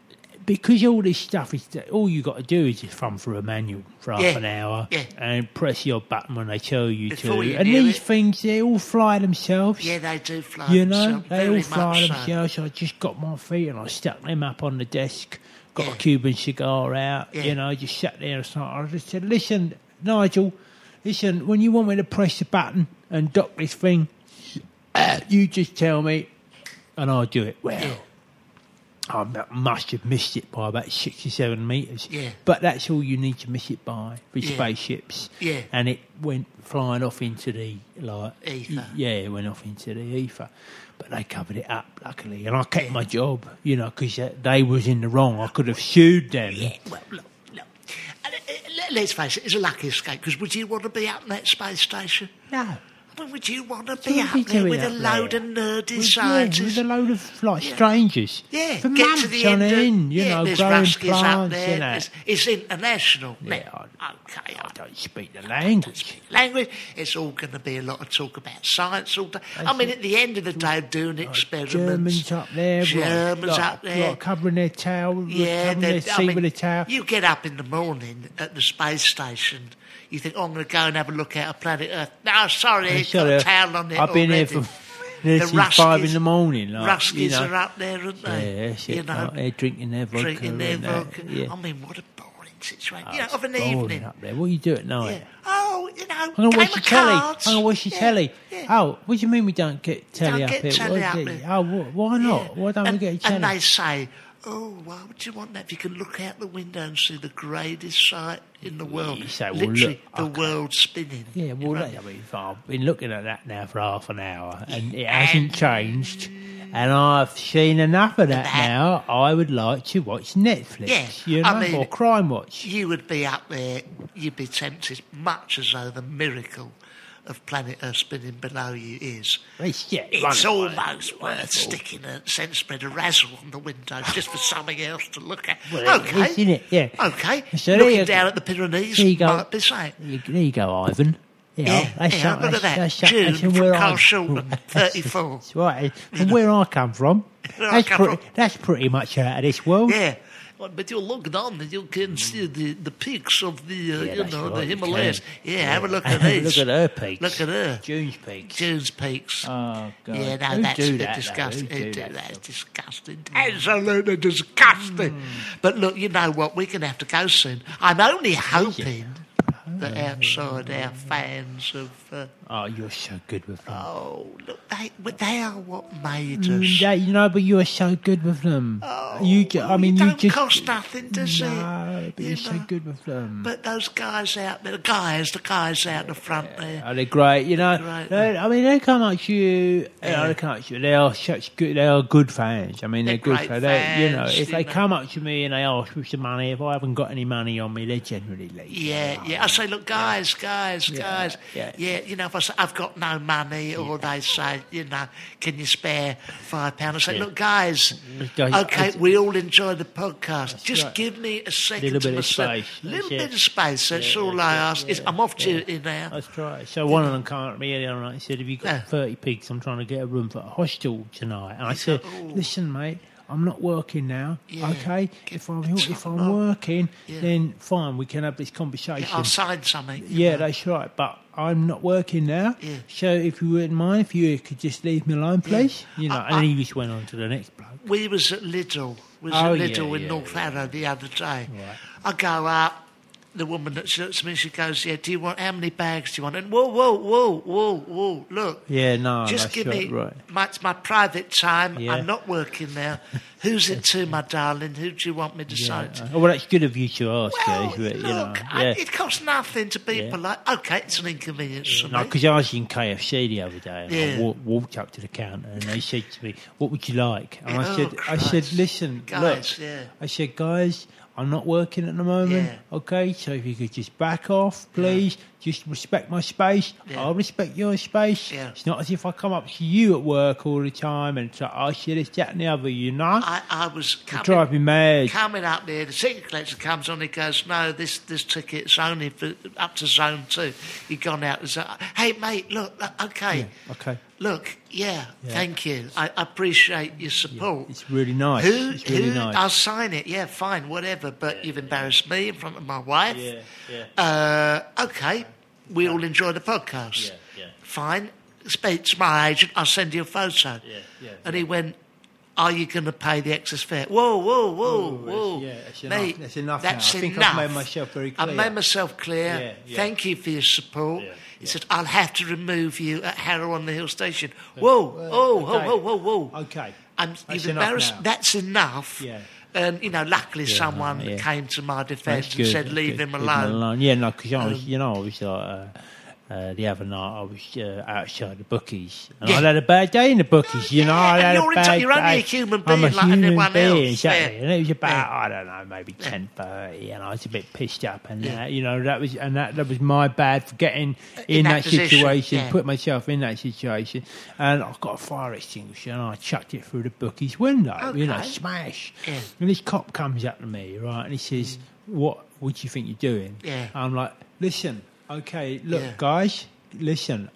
S1: because all this stuff is, all you got to do is just thumb through a manual for half
S2: Yeah.
S1: an hour
S2: Yeah.
S1: and press your button when they tell you
S2: Before
S1: to.
S2: you
S1: and
S2: do
S1: these
S2: it.
S1: things, they all fly themselves.
S2: Yeah, they do fly.
S1: You know,
S2: themselves,
S1: they
S2: uh, very
S1: all fly
S2: much so.
S1: themselves. I just got my feet and I stuck them up on the desk, got
S2: Yeah.
S1: a Cuban cigar out,
S2: Yeah.
S1: you know, just sat there and started. I just said, listen, Nigel, listen, when you want me to press the button and dock this thing, you just tell me and I'll do it. Well, I m- must have missed it by about 67 metres.
S2: Yeah.
S1: But that's all you need to miss it by with
S2: Yeah.
S1: spaceships.
S2: Yeah.
S1: And it went flying off into the, like,
S2: Ether.
S1: yeah, it went off into the ether. But they covered it up, luckily. And I kept my job, you know, because they was in the wrong. I could have sued them.
S2: Yeah, well, look, look. And, uh, let- Let's face it, it's a lucky escape because would you want to be up in that space station?
S1: No.
S2: I mean, would you want to
S1: what
S2: be up
S1: we
S2: there
S1: doing
S2: with a
S1: up
S2: load
S1: there?
S2: of nerdy
S1: With- yeah,
S2: scientists?
S1: with a load of like strangers.
S2: Yeah,
S1: for
S2: get
S1: months
S2: to the
S1: on
S2: end. of-
S1: end, you
S2: yeah,
S1: know,
S2: there's
S1: growing
S2: Ruskies
S1: plants
S2: up there.
S1: and that.
S2: It's, it's international.
S1: Yeah,
S2: Now, okay, I
S1: I
S2: don't
S1: don't speak the
S2: don't
S1: language.
S2: speak language. It's all going to be a lot of talk about science all day. I,
S1: I
S2: mean,
S1: think-
S2: at the end of the day, doing experiments.
S1: Germans up there,
S2: Germans
S1: like,
S2: up there.
S1: like covering their towel,
S2: Yeah,
S1: covering their
S2: that- I
S1: seat
S2: mean,
S1: with a towel.
S2: You get up in the morning at the space station. You think, oh, I'm going to go and have a look at a planet Earth. No, sorry,
S1: They
S2: it's
S1: sort
S2: got a
S1: of-
S2: towel on it.
S1: I've been
S2: already.
S1: here for this is five in the morning. Like,
S2: Ruskies
S1: you know.
S2: are up there, aren't they?
S1: Yeah, that's it,
S2: Eh, you know,
S1: like, they're drinking their vodka.
S2: drinking their
S1: and that,
S2: vodka.
S1: Yeah.
S2: I mean, what a boring situation.
S1: Oh,
S2: you know,
S1: it's
S2: of an
S1: boring
S2: evening.
S1: up there. What do you do at night?
S2: Yeah. Oh, you know,
S1: I'm gonna
S2: game
S1: watch
S2: of
S1: your telly. I'm
S2: cards.
S1: gonna watch your
S2: Yeah,
S1: telly.
S2: yeah.
S1: Oh, what do you mean we don't get telly
S2: Don't
S1: up
S2: get
S1: here?
S2: telly
S1: What
S2: up
S1: do you-
S2: here.
S1: Oh, wh- why not?
S2: Yeah.
S1: Why don't
S2: and,
S1: we get a
S2: And
S1: telly?
S2: they say, Oh, why would you want that? If you can look out the window and see the greatest sight in the world,
S1: You say, well,
S2: literally
S1: look, I
S2: the world spinning.
S1: Yeah, well, that, I mean, I've been looking at that now for half an hour, and it hasn't changed. And I've seen enough of that
S2: That-
S1: now. I would like to watch Netflix,
S2: Yeah,
S1: you know,
S2: I mean-
S1: or Crime Watch.
S2: You would be up there. You'd be tempted, much as though the miracle of planet Earth spinning below you is.
S1: It's, yeah,
S2: It's
S1: wonderful.
S2: almost worth sticking a scent spreader razzle on the window just for something else to look at.
S1: Well, it
S2: okay,
S1: is, isn't it? Yeah.
S2: Okay,
S1: So there you-
S2: looking down at the Pyrenees
S1: There you go.
S2: might be safe.
S1: There you- there you go, Ivan. Yeah, that's
S2: yeah,
S1: something-
S2: look at that.
S1: that's- that's
S2: June
S1: something
S2: from
S1: where
S2: Carl
S1: I-
S2: Shulman, 34.
S1: That's right. From where I come from,
S2: Where I
S1: that's,
S2: come
S1: pretty,
S2: from.
S1: that's pretty much out of this world.
S2: Yeah. Well, But you look down and you can see the, the peaks of the, uh,
S1: Yeah,
S2: you
S1: that's
S2: know, the
S1: right, you
S2: Himalayas.
S1: can.
S2: Yeah, have a look at
S1: Have a
S2: these.
S1: look at her peaks.
S2: Look at her.
S1: June's peaks.
S2: June's peaks.
S1: Oh, God.
S2: Yeah, no,
S1: Who
S2: that's
S1: do
S2: a
S1: that, though?
S2: disgusting.
S1: Who do
S2: Who do
S1: that
S2: that?
S1: stuff?
S2: disgusting.
S1: Mm.
S2: Absolutely disgusting. But look, you know what? We're going to have to go soon. I'm only hoping that outside our fans of. Uh,
S1: Oh, you're so good with them.
S2: oh, look, they, well, they are what made us.
S1: Yeah, you know, but you are so good with them. you, ju- I mean,
S2: it
S1: you
S2: Oh, don't
S1: just
S2: cost nothing, does
S1: no,
S2: it?
S1: but
S2: You
S1: you're so
S2: know?
S1: good with them.
S2: But those guys out there, the guys, the guys out the front there.
S1: Are they great? You know,
S2: Great.
S1: they- I mean, they come at you. you know,
S2: Yeah.
S1: they come at you. They are such good. They are good fans. I mean, they're,
S2: They're
S1: good.
S2: great
S1: so they, you know,
S2: fans,
S1: if
S2: you
S1: they
S2: know.
S1: come up to me and they ask for some money, if I haven't got any money on me, they generally leave.
S2: Yeah, yeah. I say, look, guys, guys, guys.
S1: yeah.
S2: Yeah. you know, if I say, I've got no money, or they say, you know, can you spare five pounds? I say, look, guys,
S1: Guys,
S2: okay,
S1: it's-
S2: we all enjoy the podcast. Just
S1: right.
S2: give me a second
S1: Little
S2: to
S1: bit of
S2: myself.
S1: space,
S2: little
S1: that's it.
S2: bit of space. That's all I ask. Is I'm off duty now.
S1: That's right. So one of them came up to me earlier and he said, "Have you got
S2: Yeah.
S1: thirty pigs? I'm trying to get a room for a hostel tonight." And I said, "Listen, mate, I'm not working now.
S2: Yeah.
S1: Okay, if I'm
S2: the
S1: if
S2: time
S1: I'm
S2: off.
S1: working,
S2: Yeah.
S1: then fine, we can have this conversation."
S2: I'll sign something. you
S1: Yeah,
S2: know.
S1: that's right. But I'm not working now.
S2: Yeah.
S1: So if you wouldn't mind, if you could just leave me alone, please. You know,
S2: I-
S1: and he just went on to the next bloke.
S2: We was at Lidl. We was
S1: Oh,
S2: at
S1: yeah,
S2: Lidl in
S1: yeah,
S2: North Arrow the other day.
S1: Right.
S2: I go up. The woman that looks at me, she goes, "Yeah, do you want how many bags do you want?" And whoa, whoa, whoa, whoa, whoa, look.
S1: Yeah, no,
S2: Just
S1: Oh, that's
S2: give
S1: right,
S2: me
S1: right.
S2: my, it's my private time.
S1: Yeah.
S2: I'm not working now. Who's it to, my darling? Who do you want me to sign it to?
S1: Yeah. Oh, well, that's good of you to ask.
S2: Well,
S1: yeah, but,
S2: look,
S1: you know,
S2: I-
S1: yeah.
S2: it costs nothing to be
S1: Yeah.
S2: polite. Okay, it's an inconvenience for
S1: No,
S2: me.
S1: because I was in KFC the other day, and I
S2: Yeah.
S1: wa- walked up to the counter, and they said to me, "What would you like?" And I
S2: Oh,
S1: said, "I said,
S2: Christ.
S1: listen,
S2: Guys,
S1: look,
S2: yeah.
S1: I said, guys, I'm not working at the moment.
S2: Yeah.
S1: Okay, so if you could just back off, please, just respect my space.
S2: Yeah.
S1: I'll respect your space.
S2: Yeah.
S1: It's not as if I come up to you at work all the time and say, I shit this, that, and the other. You know,
S2: I, I was
S1: It
S2: coming
S1: drive me mad.
S2: coming up there, the ticket collector comes on. He goes, "No, this this ticket's only for up to zone two. You've gone out to zone. Hey, mate, look, look, okay,
S1: Okay,
S2: look, yeah, thank you. I, I appreciate your support.
S1: it's really nice.
S2: who,
S1: it's really
S2: who?
S1: nice.
S2: I'll sign it. Yeah, fine, whatever. But you've embarrassed me in front of my wife.
S1: Yeah, yeah.
S2: Uh, okay, we all enjoy the podcast.
S1: Yeah, yeah.
S2: Fine. Speak to my agent. I'll send you a photo.
S1: Yeah, yeah,
S2: and he went, "Are you going to pay the excess fare?" Whoa, whoa, whoa, whoa!
S1: yeah, that's enough-
S2: Mate,
S1: that's enough
S2: That's
S1: now. I think I've
S2: enough.
S1: made myself very
S2: I
S1: clear.
S2: made myself clear.
S1: Yeah, yeah.
S2: Thank you for your support.
S1: Yeah,
S2: He said, "I'll have to remove you at Harrow on the Hill Station." Whoa, oh,
S1: Uh, okay.
S2: whoa, whoa, whoa, whoa!
S1: Okay.
S2: I'm,
S1: That's
S2: you've
S1: enough
S2: embarrassed.
S1: now.
S2: That's enough.
S1: Yeah.
S2: And you know, luckily, someone
S1: yeah.
S2: came to my
S1: That's
S2: defence and
S1: good,
S2: said,
S1: that's
S2: "Leave
S1: good.
S2: him alone." Um,
S1: Yeah, no, because I was, you know, I was like, uh, uh, the other night I was uh, outside the bookies, and I
S2: Yeah.
S1: had a bad day in the bookies. You know,
S2: yeah,
S1: I
S2: and
S1: had
S2: you're
S1: a
S2: enti-
S1: bad
S2: you're only a
S1: day.
S2: human
S1: I'm a
S2: being like
S1: human
S2: anyone
S1: being,
S2: else,
S1: Exactly.
S2: yeah.
S1: And it was about I don't know, maybe ten thirty, and I was a bit pissed up, and
S2: Yeah.
S1: that, you know that was and that, that was my bad for getting in, that,
S2: that position,
S1: situation,
S2: yeah.
S1: put myself in that situation, and I got a fire extinguisher and I chucked it through the bookies window. You know,
S2: Okay.
S1: smash.
S2: Yeah. Mm.
S1: And this cop comes up to me, right, and he says, "What? What do you think you're doing?"
S2: Yeah.
S1: I'm like, "Listen, okay, look,
S2: Yeah.
S1: guys, listen."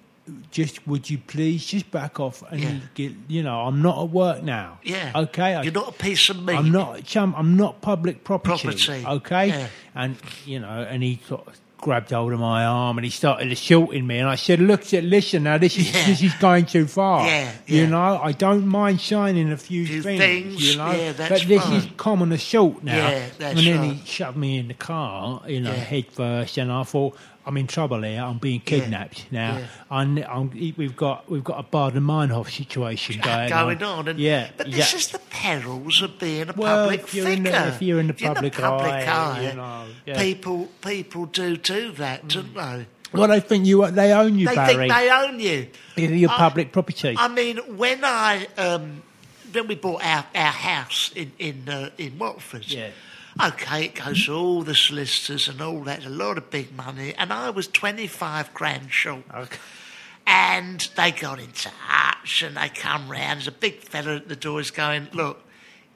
S1: Just would you please just back off and
S2: Yeah.
S1: get you know I'm not at work now.
S2: Yeah.
S1: Okay. I-
S2: You're not a piece of meat.
S1: I'm not chum. I'm not public property.
S2: Property,
S1: Okay.
S2: yeah.
S1: And you know, and he sort of grabbed hold of my arm and he started shooting me. And I said, "Look, said, listen now. This is
S2: Yeah.
S1: this is going too far.
S2: Yeah,
S1: You
S2: yeah.
S1: know, I don't mind shining a few,
S2: Few
S1: things,
S2: things,
S1: You know,
S2: yeah, that's
S1: but this is
S2: fine.
S1: common assault now.
S2: Yeah, that's
S1: and then
S2: right.
S1: he shoved me in the car, you know,
S2: Yeah.
S1: head first, and I thought. I'm in trouble here. I'm being kidnapped now.
S2: Yeah.
S1: I'm, I'm, we've got we've got a Baden Meinhof situation going,
S2: going on. And,
S1: yeah,
S2: but
S1: yeah.
S2: this is the perils of being a
S1: Well,
S2: public
S1: if you're in
S2: figure.
S1: the- if you're in the public
S2: public
S1: eye, you
S2: eye,
S1: know, yeah.
S2: people people do do that, don't they?
S1: well, they think you they own you,
S2: They
S1: Barry.
S2: think they own you.
S1: You're your
S2: I-
S1: public property.
S2: I mean, when I um, when we bought our, our house in in uh, in Watford,
S1: Yeah.
S2: okay, it goes through all the solicitors and all that, a lot of big money, and I was twenty five grand short.
S1: Okay.
S2: And they got in touch and they come round. There's a big fella at the door is going, Look,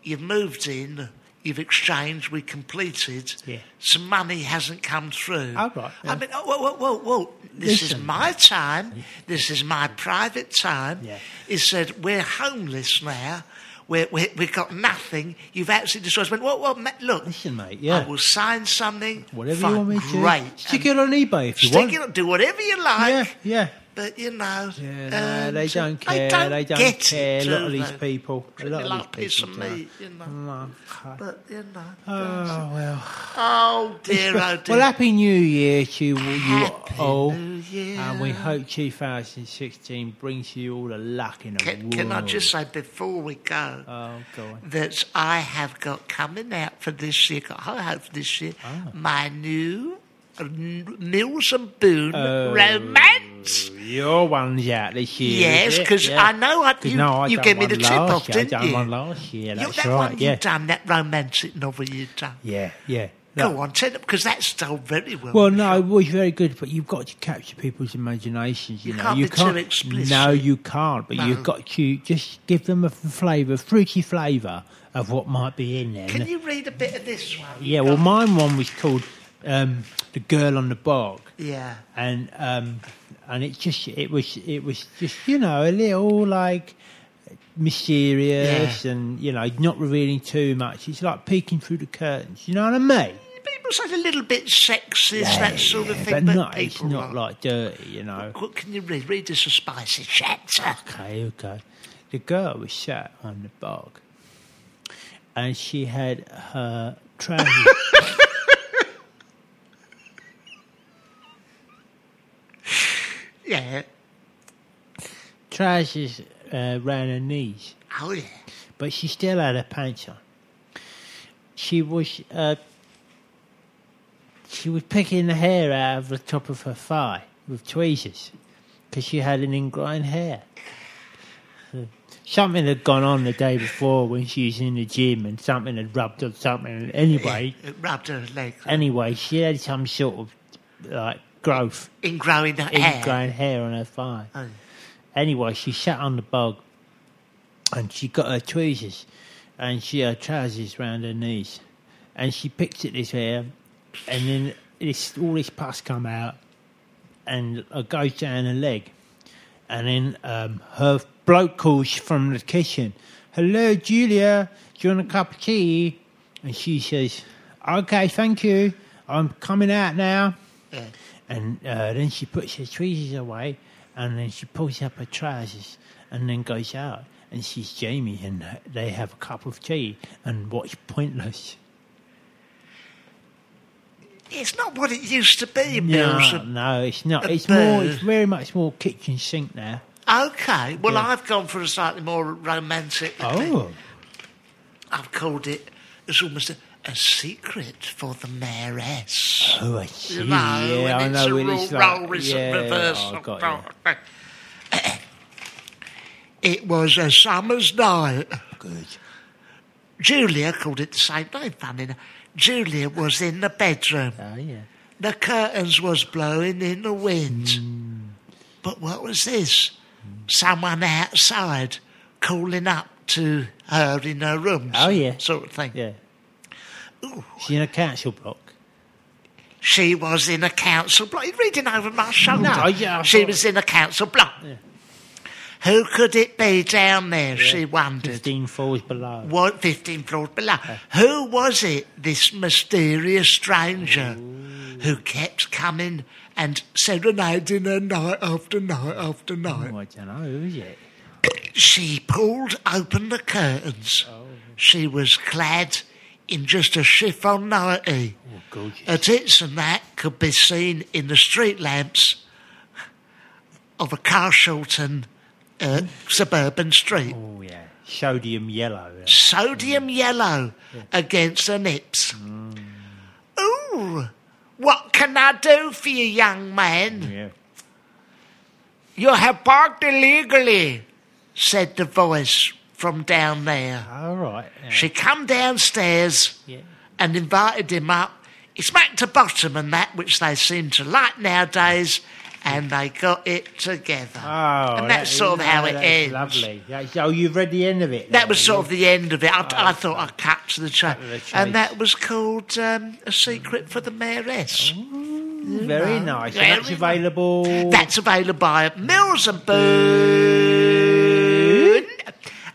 S2: you've moved in, you've exchanged, we completed.
S1: Yeah.
S2: Some money hasn't come through.
S1: Oh, right, yeah.
S2: I mean, oh, whoa, whoa, whoa, whoa. This is
S1: Listen.
S2: my time. This is my private time.
S1: Yeah.
S2: He said, We're homeless now. We're, we're, we've got nothing. You've absolutely destroyed us. I went, Well, well, ma- look,
S1: Listen, mate, yeah.
S2: I will sign something.
S1: Whatever
S2: Fine,
S1: you want me to
S2: Great.
S1: do. Stick
S2: And
S1: it on eBay if you
S2: stick
S1: want.
S2: it on- Do whatever you like.
S1: yeah, yeah.
S2: But you know,
S1: Yeah, no,
S2: um,
S1: they don't care. They don't,
S2: get
S1: care.
S2: It,
S1: a lot
S2: do
S1: of these
S2: they?
S1: people. A
S2: Treat me
S1: lot
S2: like
S1: of
S2: a piece
S1: these
S2: of
S1: people. do.
S2: meat, you know.
S1: Oh, God.
S2: But you know,
S1: Oh, well.
S2: oh dear, oh dear.
S1: Well, Happy New Year to you
S2: Happy
S1: all.
S2: New Year.
S1: And we hope 2016 brings you all the luck in the
S2: can,
S1: world.
S2: can I just say before we go
S1: Oh, go on.
S2: that I have got coming out for this year, got high hope for this year,
S1: Ah.
S2: my new uh, N- Mills and Boone
S1: Oh.
S2: romance.
S1: Your one's out this year.
S2: Yes,
S1: is it?
S2: 'cause
S1: Yeah.
S2: I know I-
S1: 'Cause
S2: you-
S1: no, I
S2: you
S1: done
S2: gave me
S1: one
S2: the tip
S1: last
S2: off,
S1: year. I
S2: didn't
S1: done
S2: you?
S1: one last year.
S2: You-
S1: That's
S2: that
S1: right.
S2: one
S1: yeah.
S2: you've done, that romantic novel you've done.
S1: yeah, yeah. No,
S2: Go on, tell them, because that's told very well.
S1: Well, no, it was very good, but you've got to capture people's imaginations. You,
S2: You
S1: know,
S2: can't
S1: you
S2: be too
S1: can't.
S2: explicit.
S1: No, you can't. But
S2: No.
S1: you've got to just give them a f- flavour, fruity flavour of what might be in there.
S2: Can you read a bit of this one?
S1: yeah. Well,
S2: Go-
S1: mine one was called um, "The Girl on the Bog,"
S2: Yeah.
S1: and um, and it just it was it was just you know a little like mysterious and you know not revealing too much. It's like peeking through the curtains. You know what I mean?
S2: People say it's a little bit sexist, that sort of thing,
S1: but
S2: but,
S1: not it's
S2: people
S1: not
S2: are.
S1: like dirty. You know.
S2: What can you read? Read us a spicy chapter.
S1: Okay, okay. The girl was sat on the bog and she had her trousers.
S2: Yeah.
S1: trousers uh, round her knees,
S2: Oh, yeah.
S1: but she still had her pants on. She was uh, she was picking the hair out of the top of her thigh with tweezers because she had an ingrown hair. Something had gone on the day before when she was in the gym, and something had rubbed on something. Anyway,
S2: It rubbed her leg.
S1: anyway, she had some sort of like growth,
S2: In growing her hair.
S1: ingrown hair on her thigh.
S2: Oh.
S1: Anyway, she sat on the bog and she got her tweezers and she her trousers round her knees. And she picked at this hair and then this all this pus come out and it goes down her leg. And then um, her bloke calls from the kitchen, Hello Julia, do you want a cup of tea? And she says, Okay, thank you. I'm coming out now.
S2: Yeah.
S1: And uh, then she puts her tweezers away, and then she pulls up her trousers, and then goes out, and sees Jamie, and they have a cup of tea and watch Pointless.
S2: It's not what it used to be, Mills.
S1: No, no, it's not.
S2: a
S1: It's more. It's
S2: bird.
S1: very much more kitchen sink now.
S2: Okay. Well,
S1: Yeah.
S2: I've gone for a slightly more romantic. thing.
S1: Oh,
S2: I've called it, it's almost a, a secret for the mayoress.
S1: oh, I see.
S2: You know,
S1: yeah, I
S2: and it's
S1: know.
S2: a
S1: what
S2: real
S1: it's like.
S2: role res-
S1: yeah,
S2: reversal.
S1: I got you.
S2: It was a summer's night.
S1: Good.
S2: Julia called it the same name, funny enough. Julia was in the bedroom.
S1: Oh yeah.
S2: The curtains was blowing in the wind. But what was this? Someone outside calling up to her in her room.
S1: Oh,
S2: sort-
S1: yeah.
S2: Sort of thing.
S1: Yeah. She's in a council block.
S2: She was in a council block. You're reading over my shoulder.
S1: No, yeah, I
S2: she
S1: thought-
S2: was in a council block. Who could it be down there? She wondered.
S1: Fifteen falls below.
S2: What, 15 floors below. Who was it, this mysterious stranger, who kept coming and serenading her night after night after night?
S1: Oh, I don't know. Who is it?
S2: She pulled open the curtains. She was clad in just a chiffon nightie.
S1: Oh, gorgeous.
S2: Her tits and that could be seen in the street lamps of a Carshalton uh, suburban street.
S1: oh, yeah. Sodium yellow. yeah.
S2: Sodium yellow against the nips. Ooh, what can I do for you, young man?
S1: Yeah.
S2: You have parked illegally, said the voice from down there.
S1: All right. yeah.
S2: She come downstairs
S1: Yeah.
S2: and invited him up. He smacked the bottom and that which they seem to like nowadays, and they got it together.
S1: Oh,
S2: and
S1: that
S2: that's sort of
S1: is-
S2: how
S1: oh,
S2: it
S1: that's
S2: ends.
S1: Lovely. That's, oh, you've read the end of it.
S2: That
S1: then,
S2: was
S1: have
S2: sort
S1: you?
S2: of the end of it. I, I thought I cut to the chase.
S1: the chase.
S2: And that was called um, A Secret for the Mayoress.
S1: very nice.
S2: Mm-hmm. Very
S1: and that's available.
S2: That's available by Mills and Boone.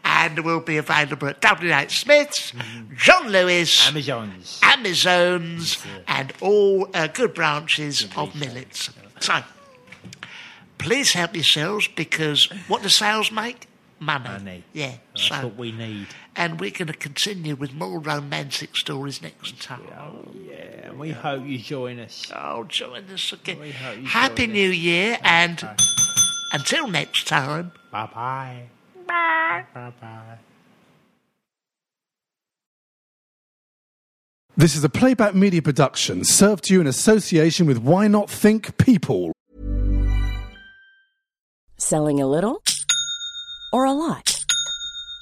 S2: And will be available at W.H. Smith's,
S1: Mm-hmm.
S2: John Lewis,
S1: Amazon's.
S2: Amazons, and all uh, good branches of millets. So, please help yourselves because what do sales make? Money.
S1: Money.
S2: Yeah.
S1: That's
S2: so,
S1: what we need.
S2: and we're going to continue with more romantic stories next time.
S1: Yeah, we hope you join us.
S2: Oh, join us again.
S1: We hope you
S2: Happy
S1: join us.
S2: New Year, and until next time.
S1: Bye bye.
S3: Bye.
S1: Bye bye.
S4: This is a playback media production served to you in association with Why Not Think People.
S5: Selling a little or a lot?